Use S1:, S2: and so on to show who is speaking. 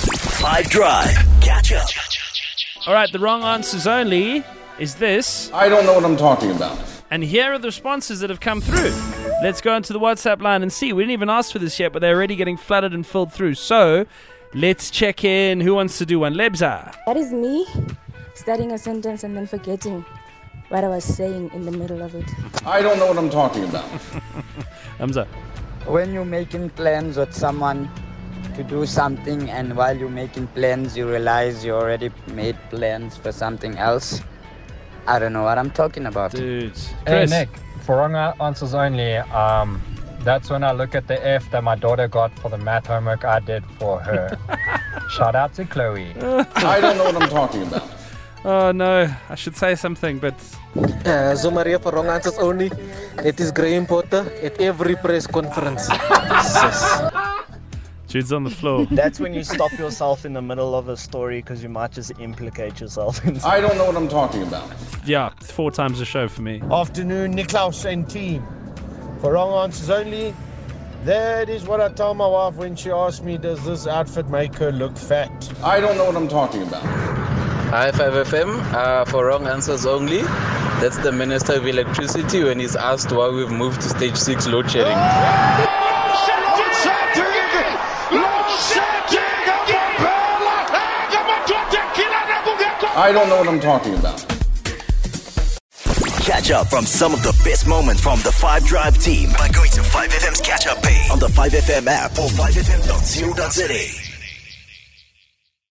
S1: Five Drive. Catch up.
S2: All right, the wrong answers only is this.
S3: I don't know what I'm talking about.
S2: And here are the responses that have come through. Let's go into the WhatsApp line and see. We didn't even ask for this yet, but they're already getting flooded and filled through. So let's check in. Who wants to do one? Lebza.
S4: That is me starting a sentence and then forgetting what I was saying in the middle of it.
S3: I don't know what I'm talking about.
S2: Hamza.
S5: When you're making plans with someone to do something, and while you're making plans, you realize you already made plans for something else. I don't know what I'm talking about.
S2: Dudes.
S6: Hey
S2: Chris.
S6: Nick, for wrong a- answers only, um, that's when I look at the F that my daughter got for the math homework I did for her. Shout out to Chloe.
S3: I don't know what I'm talking about.
S2: Oh, no. I should say something, but
S7: Uh, so Maria for wrong answers only. It is Graham Potter at every press conference.
S2: Jude's on the floor.
S8: That's when you stop yourself in the middle of a story because you might just implicate yourself. In
S3: I don't know what I'm talking about.
S2: yeah, it's four times the show for me.
S9: Afternoon, Niklaus and team. For wrong answers only, that is what I tell my wife when she asks me, does this outfit make her look fat?
S3: I don't know what I'm talking about.
S10: Hi 5FM, uh, for wrong answers only. That's the Minister of Electricity when he's asked why we've moved to stage 6 load shedding.
S3: I don't know what I'm talking about.
S1: Catch up from some of the best moments from the Five Drive team by going to 5FM's catch up page on the 5FM app or 5FM.co.za.